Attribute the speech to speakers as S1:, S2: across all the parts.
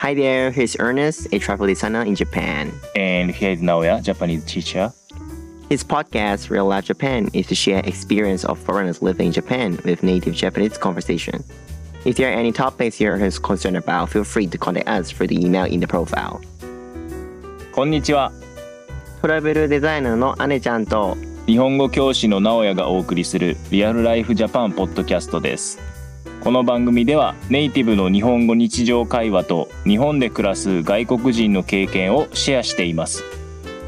S1: Hi there, here's Ernest, a travel designer in Japan.
S2: And here is Naoya, Japanese teacher.
S1: His podcast, Real Life Japan, is to share experience of foreigners living in Japan with native Japanese conversation. If there are any topics you're concerned about, feel free to contact us through the email in the profile.
S2: こんにちは。
S1: トラベルデザイナーの姉ちゃんと
S2: 日本語教師の直哉がお送りするリアルライフジャパンポッドキャストです。この番組ではネイティブの日本語日常会話と日本で暮らす外国人の経験をシェアしています。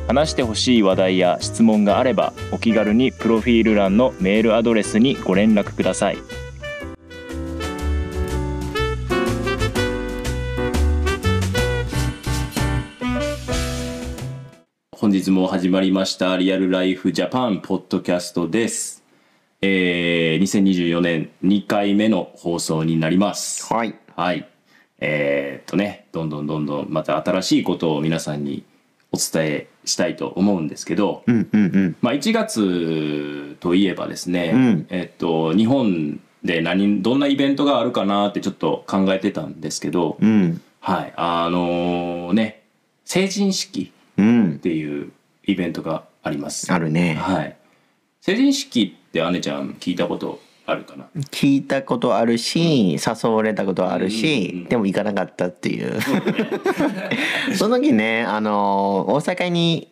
S2: 話してほしい話題や質問があればお気軽にプロフィール欄のメールアドレスにご連絡ください。本日も始まりましたリアルライフジャパンポッドキャストです。えー、2024年2回目の放送になります。
S1: はい
S2: はい。えーっとね、どんどんどんどんまた新しいことを皆さんにお伝えしたいと思うんですけど、
S1: うんうんうん
S2: まあ1月といえばですね、
S1: うん
S2: えっと、日本で何、どんなイベントがあるかなってちょっと考えてたんですけど、
S1: うん
S2: はい、あのーね、成人式
S1: うん
S2: っていうイベントがあります。
S1: あるね
S2: はい。成人式って姉ちゃん聞いたことあるかな
S1: 聞いたことあるし誘われたことある
S2: うんうん
S1: し
S2: うん
S1: でも行かなかったっていう その時ねあの大阪に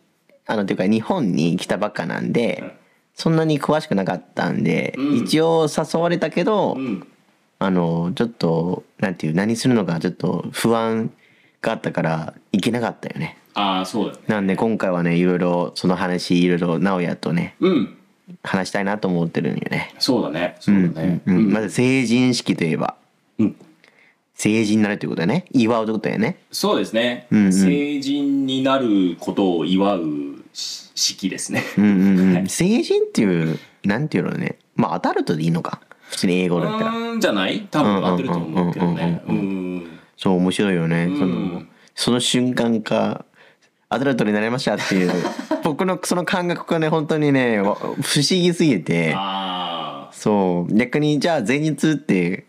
S1: あのというか日本に来たばっかなん
S2: うん
S1: でそんなに詳しくなかったんで
S2: うん
S1: 一応誘われたけど
S2: うん。
S1: あのちょっとなんていう何するのかちょっと不安があったから行けなかったよね
S2: ああ、そうだね。
S1: なんで今回はねいろいろその話いろいろ直哉とね
S2: うん。
S1: 話したいなと思ってるんよね
S2: そうだね。そうだね。
S1: うんうん
S2: うん
S1: まず成人式といえば
S2: うん
S1: 成人になるということだね祝うということだよね
S2: そうですね、
S1: うんうん
S2: 成人になることを祝うし式ですね。
S1: うんうん
S2: は
S1: うん
S2: い
S1: 成人っていうなんていうのねまあアダルトでいいのか普通に英語
S2: う
S1: だったら
S2: ーんじゃない多分合ってると思うけどね。
S1: う
S2: うんん
S1: うんそう面白いよね
S2: ん
S1: そのその瞬間かアダルトになりましたっていう 僕のその感覚がね本当にねわ不思議すぎて
S2: ああ、
S1: そう逆にじゃあ前日って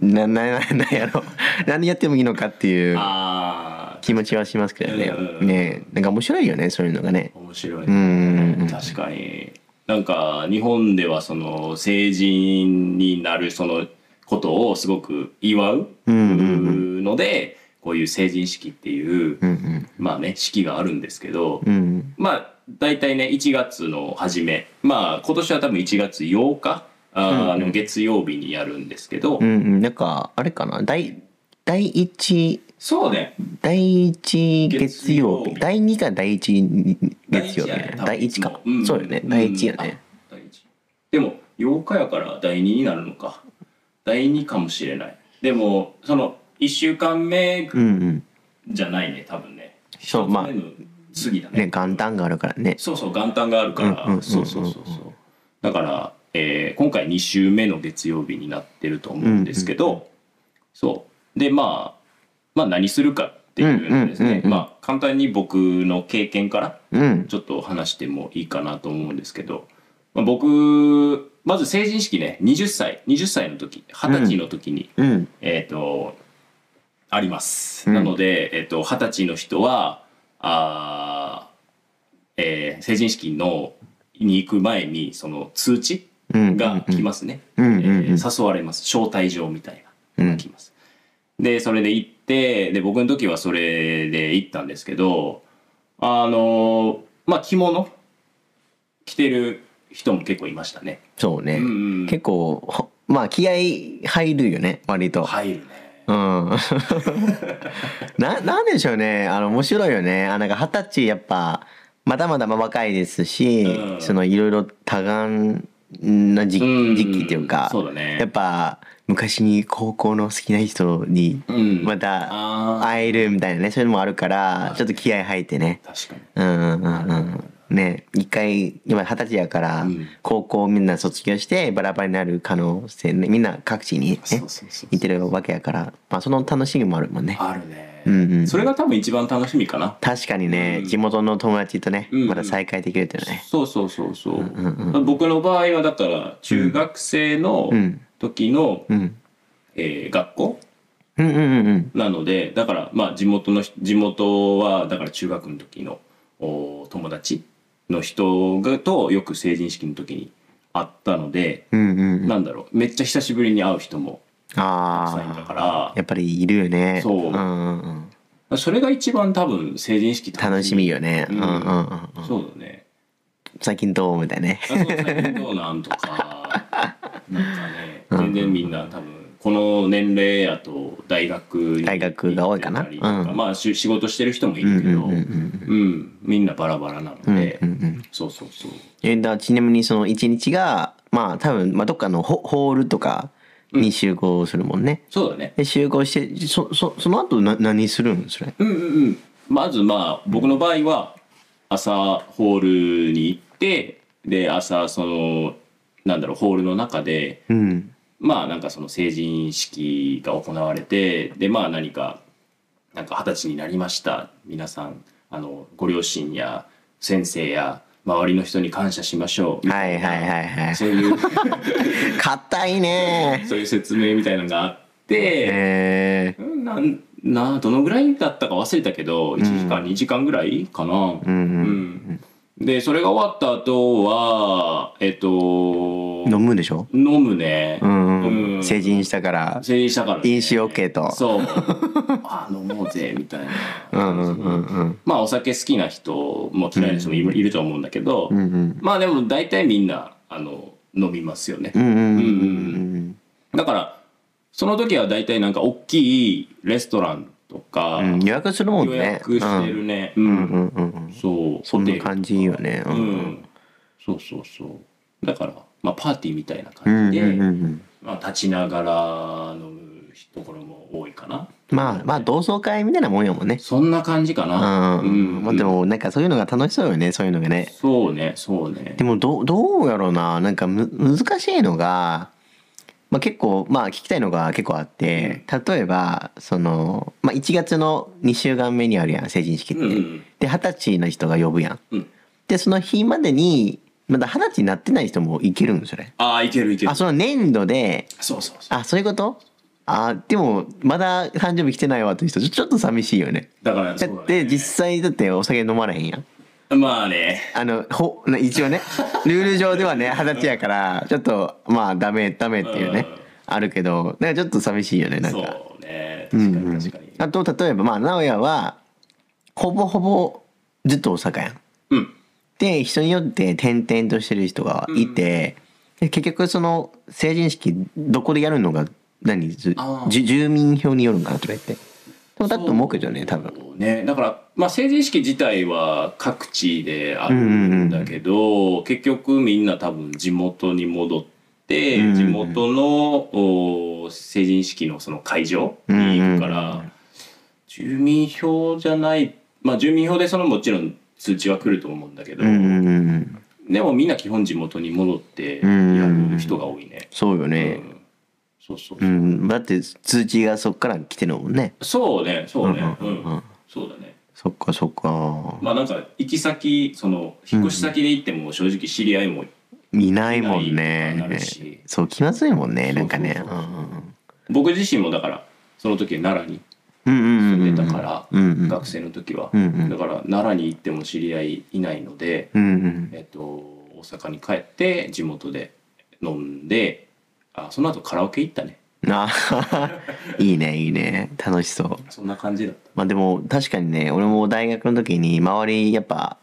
S1: ななななんやろ何やってもいいのかっていう
S2: あ
S1: 気持ちはしますけどね
S2: うんうんうん
S1: ねなんか面白いよねそういうのがね
S2: あ、面白い、
S1: うんうんうん
S2: 確かに。なんか日本ではその成人になるそのことをすごく祝う
S1: うんうん
S2: ので、こういう成人式っていう、
S1: うん
S2: まあね式があるんですけど、
S1: うんうん
S2: まあ大体ね1月の初めまあ今年は多分1月8日あー、
S1: うんうん
S2: の月曜日にやるんですけど、
S1: うんうんなんかあれかな第第一
S2: そうね
S1: 第一月曜
S2: 月曜
S1: 日
S2: 日
S1: 第二か第一月曜日
S2: 第一やね多分
S1: 第一か、
S2: いつもん
S1: そうよね第一よね、
S2: うんあ第一でも8日やから第2になるのか第2かもしれないでもその1週間目
S1: うんうん
S2: じゃないね多分ね
S1: そうまあ
S2: 一つ目の次だね
S1: ね元旦があるからね
S2: そうそう元旦があるから、
S1: うんうんうんうん
S2: そうそうそうそうだから、えー今回2週目の月曜日になってると思うんですけど、そうでまあまあ何するかっていうのですね、
S1: うんうんうんうん
S2: まあ簡単に僕の経験から
S1: うん
S2: ちょっと話してもいいかなと思うんですけど、まあ、僕まず成人式ね20歳20歳の時20歳の時に、
S1: うん
S2: えっ、と、あります。
S1: うん
S2: なので、えっ、と、二十歳の人は、あーえー成人式の、に行く前に、その通知
S1: うん
S2: が来ますね。
S1: うんうん
S2: え
S1: うん
S2: ー誘われます。招待状みたいな
S1: う
S2: の
S1: ん
S2: が来ます。で、それで行って、で、僕の時はそれで行ったんですけど、あのーまあ、着物着てる人も結構いましたね。
S1: そうね、
S2: うんうん
S1: 結構ほまあ気合入るよね割と、
S2: 入るね。
S1: うん ななんでしょうねあの面白いよねあなんか二十歳やっぱまだまだ若いですし、
S2: うん
S1: そのいろいろ多感な時
S2: うん
S1: 時期っていうか、
S2: そうだね
S1: やっぱ昔に高校の好きな人に
S2: うん
S1: また
S2: あ
S1: 会えるみたいなねそういうのもあるからちょっと気合入ってね
S2: あ確かに
S1: うんうんうんうんね一回今二十歳やから、
S2: うん
S1: 高校みんな卒業してバラバラになる可能性ねみんな各地にね
S2: そうそうそう
S1: 行ってるわけやから、まあ、その楽しみもあるもんね
S2: あるね、
S1: うんうん
S2: それが多分一番楽しみかな
S1: 確かにね、
S2: うん
S1: 地元の友達とね、
S2: うんうん
S1: まだ再会できるっていうのね
S2: そうそうそうそう,、
S1: うんうん
S2: 僕の場合はだから中学生の
S1: うん
S2: 時の、
S1: うん
S2: えー学校
S1: うんうんうんうん。
S2: なのでだからまあ地元の地元はだから中学の時のお友達の人がとよく成人式の時に会ったので、
S1: うんうんうん。
S2: なんだろうめっちゃ久しぶりに会う人もたくさんいた
S1: あ
S2: か
S1: あ。
S2: ら
S1: やっぱりいるよね。
S2: そうん
S1: うんうん。
S2: それが一番多分成人式
S1: 楽しみよね。う
S2: うんん
S1: うんうんうん。
S2: そうだね。
S1: 最近どうみたいなね。
S2: あそう最近どうなんとかなんかね
S1: うん
S2: 全然みんな多分この年齢やと大学に
S1: 大学が多いかな
S2: 行ってたりとか
S1: うん
S2: まあし仕事してる人もい
S1: うん
S2: る
S1: うん
S2: けど、
S1: うんうん
S2: うん、みんなバラバラなの
S1: うん。うん
S2: で、
S1: うんうん。
S2: そうそうそう。
S1: えーだちなみにその一日がまあ多分、まあ、どっかのホホールとかに集合するもんね、
S2: そうだね。
S1: で集合してそそその後な何するんそれ
S2: うんうんうん。まずまあ僕の場合は朝ホールに行ってで朝そのなんだろうホールの中で
S1: うん
S2: まあなんかその成人式が行われてでまあ何かなんか二十歳になりました皆さんあのご両親や先生や周りの人に感謝しましょうみ
S1: は
S2: た
S1: い
S2: いな
S1: はいはいはい
S2: そういう
S1: 硬いね
S2: そういう説明みたいなのがあって。
S1: え
S2: うんなんなどのぐらいだったか忘れたけど1時間、2時間ぐらいかな、
S1: ー、うん
S2: う
S1: うん
S2: んでそれが終わった後はえっと
S1: 飲むでしょ
S2: 飲むね、
S1: うん、うん
S2: うん
S1: 成人したから
S2: 成人したから、ね、
S1: 飲酒 OK と
S2: そうあ飲もうぜみたいな
S1: うんうんうんうん
S2: まあお酒好きな人も嫌いな人もいる,、と思うんだけど、
S1: うんうん
S2: まあでも大体みんなあの飲みますよね
S1: うんうんうん
S2: うん
S1: うん
S2: だからその時は大体なんか大きいレストランとか、
S1: うん予約するもんね
S2: 予約してるね、
S1: う
S2: うんん
S1: うんうんうん
S2: そう
S1: そん
S2: ホテ
S1: な
S2: ル
S1: 感じよね
S2: う、
S1: うんん
S2: そうそうそうだから、まあ、パーティーみたいな
S1: う
S2: 感
S1: んうん
S2: じ
S1: う
S2: で、
S1: んうん
S2: まあ、立ちながら飲むところも多いかな
S1: まあまあ同窓会みたいなもんやもんね
S2: そんな感じかな
S1: うんまあ、でもなんかそういうのが楽しそうよねそういうのがね
S2: そうねそうね
S1: でもどうどうやろうななんかむ難しいのが、まあ、結構まあ聞きたいのが結構あって、例えばその、まあ、1月の2週間目にあるやん成人式って、
S2: うんうん
S1: で二十歳の人が呼ぶやん、
S2: うん
S1: でその日までにまだ二十歳になってない人もいけるんですよね
S2: ああいけるいける
S1: あその年度で
S2: そうそうそう
S1: あそういうことあでもまだ誕生日来てないわという人ちょちょっと寂しいよね
S2: だから
S1: だ
S2: そ
S1: っ
S2: うだね
S1: て実際だってお酒飲まれへんやん
S2: まあね
S1: あのほな一 応ねルール上ではね二十歳やからちょっとまあダメダメっていうね
S2: うん
S1: あるけどなんかちょっと寂しいよねなん
S2: そ
S1: か
S2: うね
S1: う
S2: 確
S1: ん
S2: か
S1: うん
S2: に確かに
S1: あと例えばまあ直哉はほぼほぼずっと大阪やん
S2: うん、
S1: で人によって転々としてる人がいて、で結局その成人式どこでやるのが何ず
S2: あー
S1: じゅ住民票によるんかなとか言ってそうだと思うけどね多分
S2: 分ねだから、まあ、成人式自体は各地であるんだけど、結局みんな多分地元に戻っ
S1: う
S2: て、
S1: んうんうん
S2: 地元のお成人式のその会場に行くから、
S1: うんうんうん
S2: 住民票じゃないまあ住民票でそのもちろん通知は来ると思うんだけど、
S1: うんうんうんうん
S2: でもみんな基本地元に戻ってやる人が多いね。
S1: そうよ
S2: う
S1: ね、
S2: んそうそう
S1: う
S2: そう、
S1: ん、だって通知がそっから来てるもんね。
S2: そうねそうね、うん
S1: うん
S2: そうだね
S1: そっかそっか。
S2: まあなんか行き先その引っ越し先で行っても正直知り合いも、
S1: いないもん
S2: いないな
S1: ね
S2: るし。
S1: そう気まずいもんね、
S2: そ
S1: な
S2: うん
S1: かね
S2: そう。そう僕自身もだからその時奈良に
S1: うんうんうんうん。
S2: 住んでたから、
S1: うんうん。
S2: 学生の時は、
S1: うんうん
S2: だから奈良に行っても知り合いいないので、
S1: うんうん。
S2: えっと、大阪に帰って地元で飲んであその後カラオケ行ったね
S1: あいいねいいね楽しそう。
S2: そんな感じだっ
S1: まあでも確かにね俺も大学の時に周りやっぱ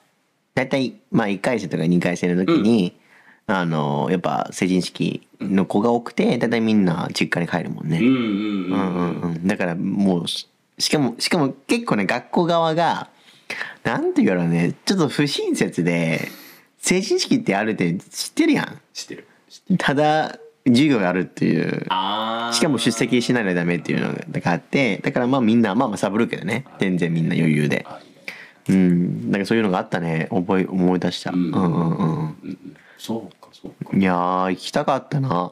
S1: 大体まあ1回生とか2回生の時に、あのやっぱ成人式の子が多くて大体みんな実家に帰るもんね。
S2: たうんうんう
S1: うんんうんうん、だからもうししかもしかも結構ね学校側がなんていうのねちょっと不親切で成人式ってあるって知ってるや
S2: 知ってる知ってる
S1: んただ授業があるっていう
S2: あー
S1: しかも出席しないとダメっていうのがあってだからまあみんなまあまあサブるけどね全然みんな余裕で
S2: あいいね
S1: うんだからそういうのがあったね覚え思い出した、う、
S2: うんん
S1: うんうん
S2: うんうんそうかそうか
S1: うんいやー行きたかったな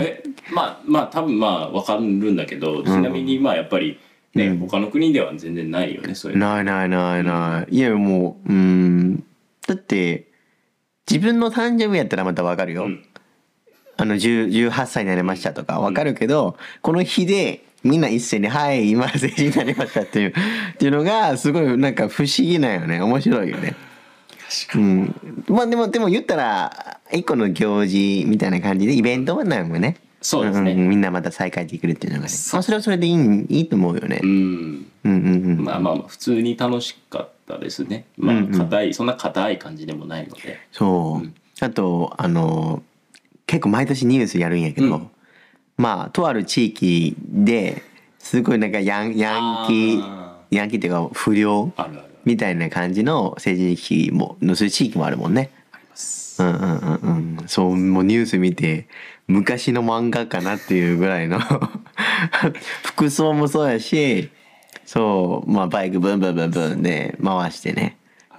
S2: えまあまあ多分まあわかるんだけどちなみにまあやっぱりね、他の国では全然ないよねそういうの
S1: ないないないないいやもううんだって自分の誕生日やったらまたわかるよ、
S2: うん
S1: あの10 18歳になりましたとかわかるけど、この日でみんな一斉に「はい今成人になりました」っていうっていうのがすごいなんか不思議なんよね面白いよね。うん、まあでもでも言ったら一個の行事みたいな感じでイベントはないもんね。
S2: そうですね
S1: んんみんなまた再会できるっていうのがね。まあそれはそれでいいいいと思うよね
S2: う。ん
S1: うんうんうん。
S2: まあまあ普通に楽しかったですねま
S1: う
S2: あ
S1: んうん
S2: 硬い、そんな硬い感じでもないので
S1: そう、
S2: うん
S1: あとあの結構毎年ニュースやるんやけど、
S2: うん
S1: まあとある地域ですごいなんかヤンヤンキー
S2: あ
S1: ヤンキーっていうか不良
S2: ーあるある
S1: みたいな感じの政治地域ものそういう地域もあるもんね。
S2: あります
S1: うんうんうんうん、そうもうニュース見て昔の漫画かなっていうぐらい の服装もそうやしそうまあバイクブンブンブンブンで回してね。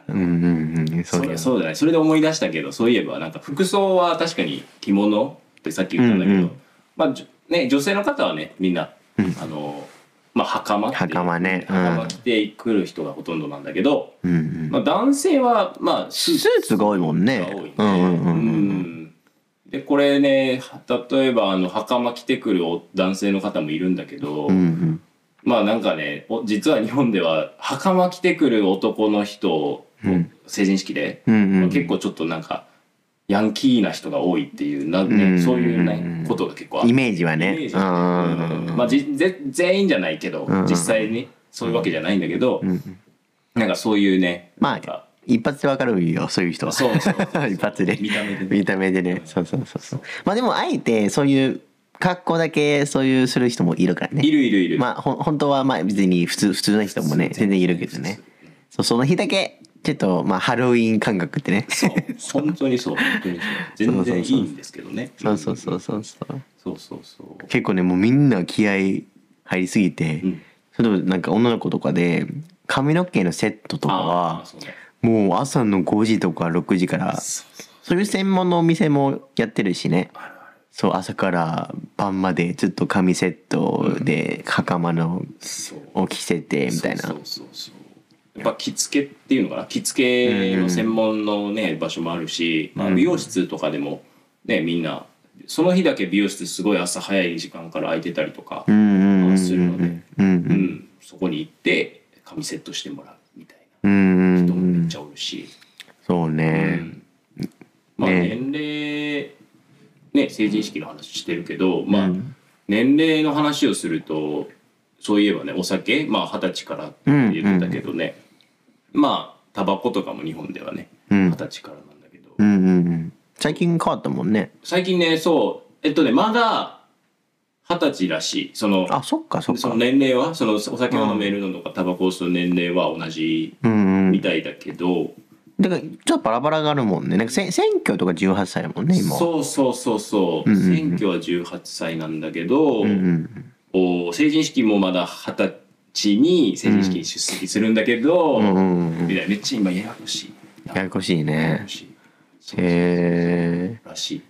S1: うんうんうん、
S2: そう
S1: だよ
S2: だそうだねそれで思い出したけどそういえばなんか服装は確かに着物ってさっき言ったんだけど、
S1: うんうん
S2: まあじょね、女性の方はねみんな、あのまあ袴っていう
S1: 袴ねうん
S2: 袴着てくる人がほとんどなんだけど、
S1: うんうん
S2: まあ、男性はまあスーツ
S1: スーツが多いもんね
S2: が多いね。
S1: うんうんうんうん
S2: でこれね例えばあの袴着てくるお男性の方もいるんだけど、
S1: うんうん
S2: まあなんかねお実は日本では袴着てくる男の人
S1: うん
S2: 成人式で、
S1: うんうん
S2: 結構ちょっとなんかヤンキーな人が多いっていうな、ね
S1: うんうんうん
S2: そういう、ね、ことが結構あ
S1: イ
S2: る
S1: メージは
S2: イメー
S1: ね
S2: ジ
S1: うん
S2: が
S1: うんうんう
S2: ねうん
S1: ん
S2: まあ、じぜ全員じゃないけど、
S1: んうん
S2: 実際にそういうわけじゃないんだけど、
S1: うんうん
S2: なんかそういうね
S1: ま
S2: なん
S1: あ
S2: か
S1: 一発でわかるよそういう人は
S2: そうそうそ う
S1: 一発で
S2: 見た目でね
S1: 見た目でねそうそうそうそうまあでもあえてそういう格好だけそういうする人もいるからね
S2: いるいるいる、
S1: まあほん本当はまあ別に普通普通の人もね全然いるけどねそうその日だけちょっとまあハロウィン感覚ってね
S2: そう本当にそう本当にそう全然いいんですけどね
S1: そうそうそうそうそう
S2: そうそうそう
S1: 結構ねもうみんな気合入りすぎて、
S2: ん
S1: それでもなんか女の子とかで髪の毛のセットとか
S2: ああ
S1: は
S2: そうね
S1: もう朝の5時とか6時からそういう専門のお店もやってるしねそう朝から晩までずっと髪セットで袴の
S2: そう
S1: を着せてみたいな
S2: そうそうそうそうやっぱ着付けっていうのかな着付けの専門のね場所もあるし、まあ、美容室とかでもねみんなその日だけ美容室すごい朝早い時間から空いてたりとか
S1: うんうんうんうん
S2: するので、
S1: うん
S2: うんそこに行って髪セットしてもらうみたい
S1: うんう
S2: なん
S1: う
S2: 人も
S1: ん
S2: めっちゃおるし、
S1: そうね、
S2: まあ
S1: ね
S2: 年齢ね成人式の話してるけど、まあ年齢の話をするとそういえばねお酒まあ二十歳からって言ってたけどね、まあタバコとかも日本ではね
S1: うん
S2: 二十歳からなんだけど、
S1: うんうんうん最近変わったもんね
S2: 最近ねそうえっとねまだ二十歳らしいその
S1: あそっかそっ
S2: そ
S1: か
S2: の年齢はそのお酒を飲めるのとかタバコを吸う年齢は同じ
S1: うんうん
S2: みたいだけど、
S1: だからちょっとバラバラがあるもんねなんかせ選挙とか18歳やもんね今
S2: そうそうそうそう,、
S1: うんうんうん
S2: 選挙は18歳なんだけど、
S1: うんうん
S2: こう成人式もまだ二十歳に成人式に出席するんだけど、
S1: うんうんうん
S2: みたいなめっちゃ今ややこしい
S1: ややこしい
S2: やや
S1: ね
S2: こしいそうそう
S1: へえ
S2: らしい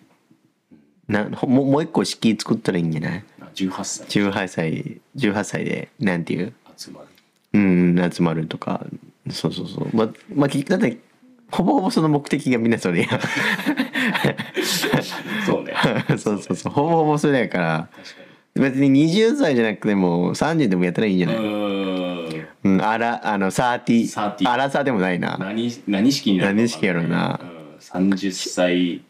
S1: なほもうもう一個式作ったらいいんじゃない
S2: な18歳
S1: 18歳18歳でなんていう
S2: 集まる
S1: うんうん集まるとかそうそうそうままあ結局だってほぼほぼその目的がみんなそれや
S2: そうね
S1: そうそうそうほぼほぼそれやから
S2: 確か
S1: 別に20歳じゃなくても30でもやったらいいんじゃ
S2: に
S1: な
S2: う
S1: い、
S2: ーん
S1: うん、あらあの30
S2: 30
S1: あらさでもないな
S2: 何何式になるのか
S1: 何式やろうな
S2: うん、30歳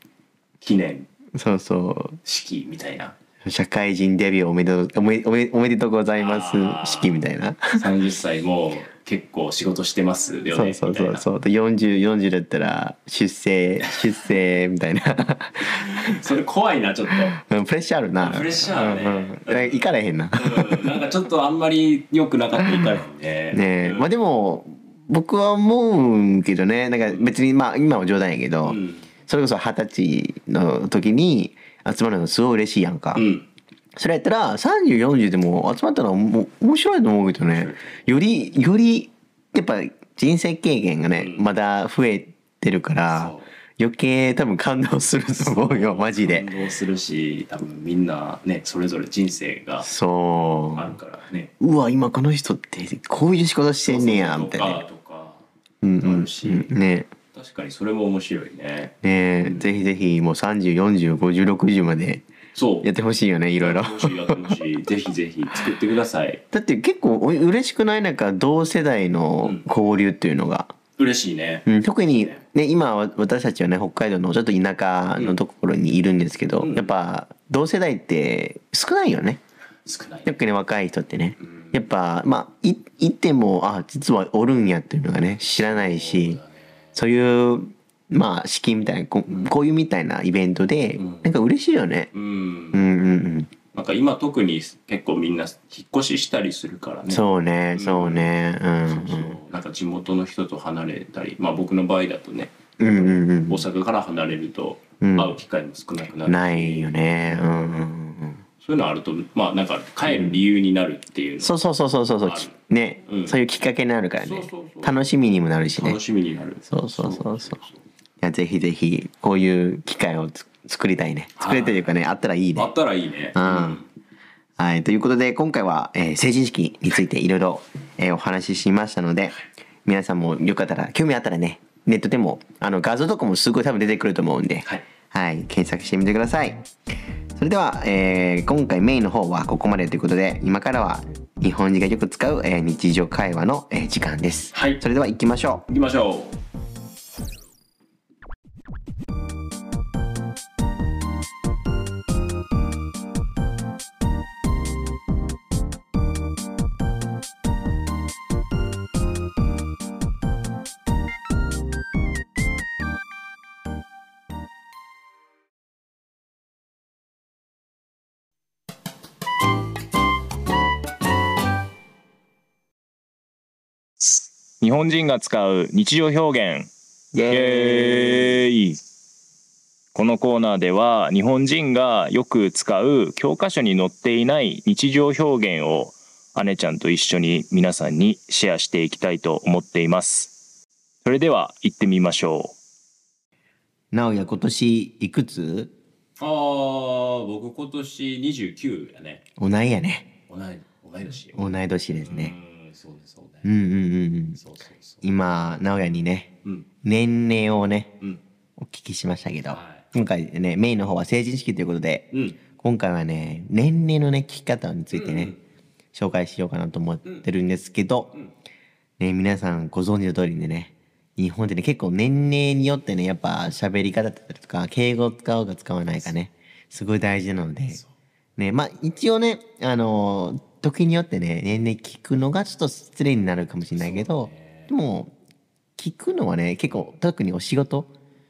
S2: 記念
S1: そうそう
S2: 式みたいな
S1: 社会人デビューおめでとうおめおめおめでとうござい
S2: あ
S1: ま
S2: ー
S1: す式みたいな。
S2: 30歳も結構仕事してますよね
S1: そうそうそ
S2: みたいうな
S1: そうで 40, 40だったら出世出世みたいな
S2: それ怖いなちょっと
S1: うんプレッシャーあるな
S2: プレッシャーあるね
S1: うんうんだから行かれへんな
S2: うんなんかちょっとあんまり良くなかったみたいね。
S1: ねえ
S2: うん
S1: まあでも僕は思うんけどねなんか別にまあ今は冗談やけど、
S2: うん
S1: それこそ二十歳の時に集まるのすごい嬉しいやんか、
S2: うん。
S1: それやったら3040でも集まったらもう面白いと思うけどねよりよりやっぱ人生経験がね、
S2: うん
S1: まだ増えてるから
S2: そう
S1: 余計多分感動すると思うよマジで
S2: 感動するし、多分みんなね、それぞれ人生が
S1: そ
S2: あるからね。
S1: ううわ今この人ってこういう仕事してんねやみたい
S2: と
S1: な
S2: かとか
S1: うんう
S2: あ
S1: ん
S2: るし、
S1: うんね
S2: 確かにそれも面白いね。
S1: ねぜひぜひもう30405060まで
S2: そう
S1: やってほしいよねいろいろ
S2: やってほしいやってほしいぜひぜひ作ってください
S1: だって結構お嬉しくないなんか同世代の交流っていうのが、
S2: 嬉しいね
S1: うん特にね今は私たちはね北海道のちょっと田舎のところにいるんですけど、
S2: うん
S1: やっぱ同世代って少ないよね
S2: 少ないね
S1: 特に若い人ってね
S2: うん
S1: やっぱまあいいてもあ実はおるんやっていうのがね知らないしそういうまあ式みたいなここういうみたいなイベントで、
S2: うん
S1: なんか嬉しいよね、
S2: う
S1: うんん、うんうん
S2: なんか今特に結構みんな引っ越ししたりするからね
S1: そうねそうねうん
S2: そうそうなんか地元の人と離れたりまあ僕の場合だとね
S1: うんうんうんうん
S2: 大阪から離れると
S1: うん
S2: 会う機会も少なくなるし
S1: ないよねうんうんうん
S2: そういうのあるとまあなんか帰る理由になるっていう
S1: そうそうそうそうそうそう
S2: ある
S1: きね、
S2: うん
S1: そういうきっかけになるからね
S2: そうそうそう
S1: 楽しみにもなるしね
S2: 楽しみになる
S1: そうそうそうそういやぜひぜひこういう機会をつ作りたいね
S2: はい
S1: 作れてるかねあったらいい
S2: あ
S1: ね
S2: ったらいいね
S1: うん
S2: うん
S1: はいということで今回は、えー成人式についていろいろえーお話ししましたので皆さんもよかったら興味あったらねネットでもあの画像とかもすごい多分出てくると思うんで、
S2: はい
S1: はい、検索してみてください。それでは、えー今回メインの方はここまでということで、今からは日本人がよく使う、えー日常会話の、えー時間です。
S2: はい
S1: それでは行きましょう。
S2: 行きましょう
S3: 日本人が使う日常表現
S1: イ
S3: イエーイこのコーナーでは日本人がよく使う教科書に載っていない日常表現を姉ちゃんと一緒に皆さんにシェアしていきたいと思っていますそれでは行ってみましょ
S1: なおや、今年いくつ
S2: ああ僕今年29やね
S1: 同いやね。
S2: 同い同い年よ
S1: 同い年ですね。
S2: うんそうねそう
S1: うん
S2: ね
S1: うんうんうん。
S2: そうそうそ
S1: 今、なおやにね、
S2: ううん
S1: 年齢をね、
S2: うん
S1: お聞きしましたけど、
S2: は
S1: 今回ね、メインの方は成人式ということで、
S2: うん
S1: 今回はね年齢のね聞き方についてね、紹介しようかなと思ってるんですけど、ね、皆さんご存知の通りでね日本ってね結構年齢によってねやっぱ喋り方だったりとか敬語を使うか使わないかねすごい大事なので、ね、まあ一応ねあの時によってね年齢聞くのがちょっと失礼になるかもしれないけど、でも聞くのはね結構特にお仕事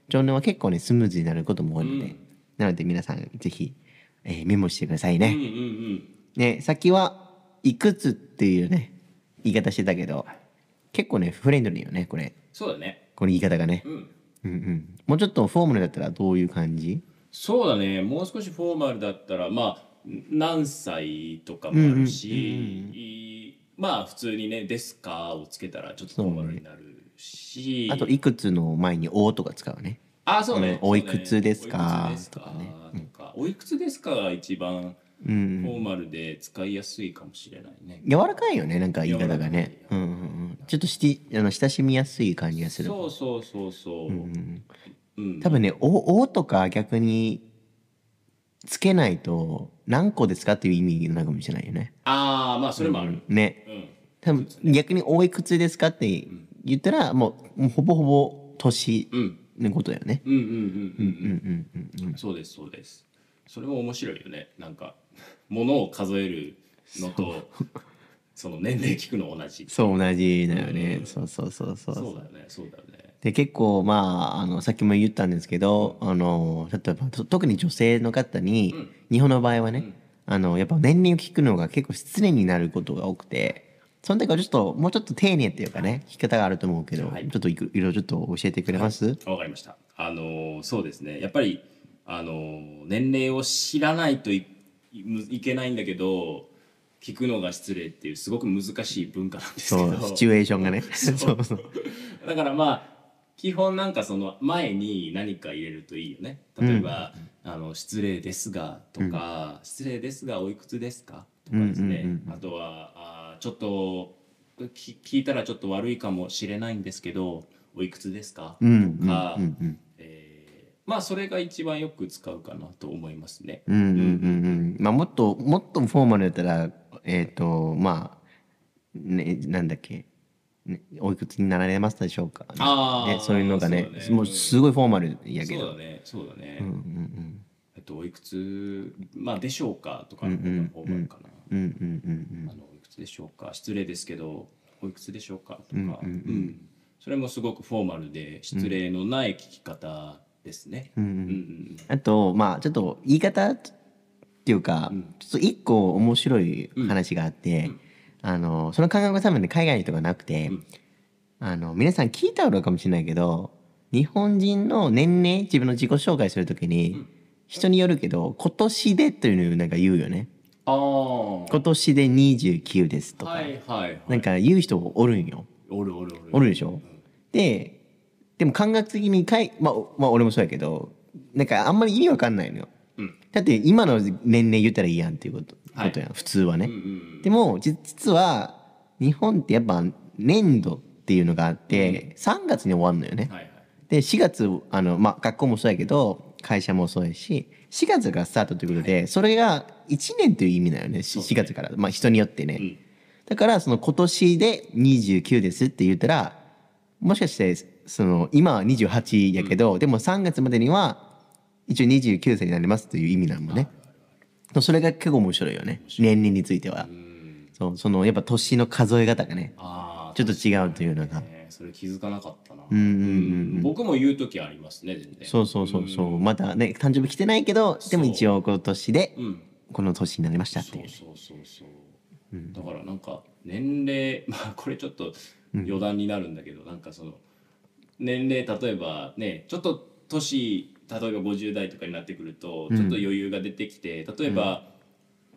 S1: 上のは結構ねスムーズになることも多いので、なので皆さんぜひ、えーメモしてください
S2: うん
S1: ね。
S2: うんうん
S1: ね先はいくつっていうね言い方してたけど結構ねフレンドリーよねこれ
S2: そうだね
S1: この言い方がね、
S2: うん
S1: うんうん、もうちょっとフォーマルだったらどういう感じ
S2: そうだねもう少しフォーマルだったらまあ何歳とかもあるし、いまあ普通にね「ですか?」をつけたらちょっとフォーマルになるし、
S1: あといくつの前に「お」とか使うね
S2: あそう
S1: う
S2: ね、
S1: ん
S2: そうね
S1: おいくつですか
S2: おいくつですかとかおいくつですかが一番フ
S1: ん
S2: ォーマルで使いやすいかもしれないね、
S1: 柔らかいよねなんか言い方がね、うんうんうん、ちょっとしあの親しみやすい感じがする
S2: そうそうそうそう、うん
S1: 多分ね「お」おとか逆につけないと何個ですかっていう意味なのかもしれないよね
S2: ああまあそれもある、
S1: ね
S2: うん
S1: 多分逆に「おいくつですか?」って言ったらもうもうほぼほぼ年
S2: うん、
S1: のことだよね。
S2: うんうんうんうん
S1: うんうんうんうん
S2: そうですそうですそれも面白いよねなんか物を数えるのとその年齢聞くの同じ
S1: そう同じだよね。そうそうそうそう。
S2: そうだよねそうだよね
S1: で結構まああのさっきも言ったんですけどあの例えばと特に女性の方に、日本の場合はね、あのやっぱ年齢を聞くのが結構失礼になることが多くてその時はちょっともうちょっと丁寧っていうかね聞き方があると思うけど、
S2: はい
S1: ちょっといくいろいろちょっと教えてくれます、
S2: わかりましたあのーそうですねやっぱりあのー年齢を知らないといいいけないんだけど聞くのが失礼っていうすごく難しい文化なんですけ
S1: そう
S2: ど
S1: シチュエーションがね。 そうそう
S2: だからまあ基本なんかその前に何か入れるといいよね例えば「あの失礼ですが」とか、失礼ですがおいくつですか?」とかですね、
S1: うんうん
S2: あとはあー「ちょっとき聞いたらちょっと悪いかもしれないんですけどおいくつですか?」
S1: うんうん
S2: とか、
S1: うんうん
S2: えまあそれが一番よく使うかなと思いますね。
S1: うんうんうんうん。まあ、もっと、もっとフォーマルだったら、えっ、と、まあ、ね、なんだっけ、ね、おいくつになられましたでしょうか。
S2: あー
S1: ね、そういうのがね
S2: そうだね
S1: もうすごいフォーマルやけ
S2: そうだ
S1: ど。
S2: ね、そうだね。
S1: うんうん
S2: えっと、おいくつ、まあ、でしょうかとかの方が多いかな。
S1: うん。うんうんうん
S2: あの、おいくつでしょうか失礼ですけど、おいくつでしょうかと
S1: う
S2: か、
S1: んうんうん
S2: うんそれもすごくフォーマルで、失礼のない聞き方ですね。
S1: うん。う
S2: うんんうん
S1: あと、まあ、ちょっと言い方っていうか、ちょっと一個面白い話があって、あの、その感覚が多分ね、海外の人がなくて、
S2: ん
S1: あの、皆さん聞いたことあるかもしれないけど、日本人の年齢、自分の自己紹介するときに、人によるけど、今年でというのをなんか言うよね。
S2: ああ。は
S1: 今年で29ですとか、
S2: いはいはい。
S1: なんか言う人おるんよ。
S2: おるおるおる。
S1: おるでしょ、で、でも感覚的にかい、まあ、おまあ、俺もそうやけど、なんかあんまり意味わかんないのよ。
S2: うん
S1: だって今の年齢言ったらいいやんっていうこと,、
S2: はい
S1: ことやん、普通はね。
S2: うんうん
S1: でも、じ実は、日本ってやっぱ年度っていうのがあって、3月に終わるのよね。
S2: うん。はいはい。
S1: で、4月、あの、まあ、学校もそうやけど、会社もそうやし、4月からスタートということで、それが1年という意味だよね、し
S2: そうです
S1: 4
S2: ね
S1: 月から。まあ、人によってね。
S2: ん
S1: だから、その今年で29ですって言ったら、もしかして、その、今は28やけど、でも3月までには、一応29歳になりますという意味なのね。それが結構面白いよね。年齢については。そう、その、やっぱ年の数え方がね、
S2: ああ。
S1: ちょっと違うというのが。
S2: ねそれ気づかなかったな。
S1: うんうんうんうん。
S2: 僕も言う時ありますね、全然。
S1: そうそうそうそう、まだね誕生日来てないけどでも一応今年で
S2: うん。
S1: この年になりましたって
S2: そ
S1: いうう
S2: そうそうそう、だからなんか年齢まあこれちょっと余談になるんだけど、なんかその年齢例えばねちょっと年例えば50代とかになってくるとちょっと余裕が出てきて、例えば、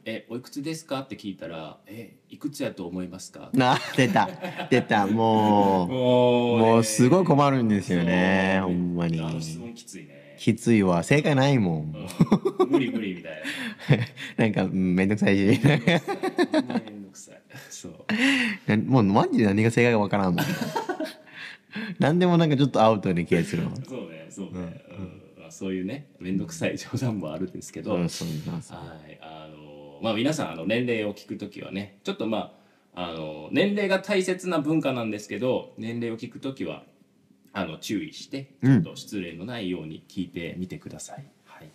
S2: えおいくつですか?」って聞いたら「えいくつやと思いますか?」
S1: なあ 出た出たもう
S2: も
S1: もうすごい困るんですよねほんまに
S2: あの質問きついね
S1: きついわ正解ないもん、
S2: うん無理無理みたい
S1: なんかうんめんどくさいし
S2: なほんまにめんどくさいそう
S1: なもうマジで何が正解かわからんもん何でもなんかちょっとアウトに気がするわ
S2: そうね、そうね、うんまあそういうね、面倒くさい冗談もあるんですけど、
S1: そ
S2: は
S1: う
S2: い、
S1: そうそう
S2: あのまあ皆さんあの年齢を聞くときはね、ちょっとまああの年齢が大切な文化なんですけど、年齢を聞くときはあの注意して、ちょっと失礼のないように聞いてみてください。はい。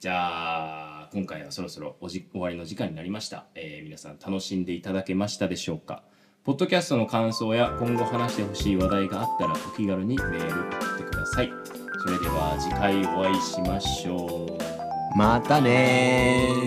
S2: じゃあ今回はそろそろおじ終わりの時間になりました、えー皆さん楽しんでいただけましたでしょうかポッドキャストの感想や今後話してほしい話題があったらお気軽にメール送ってくださいそれでは次回お会いしましょう
S1: またねー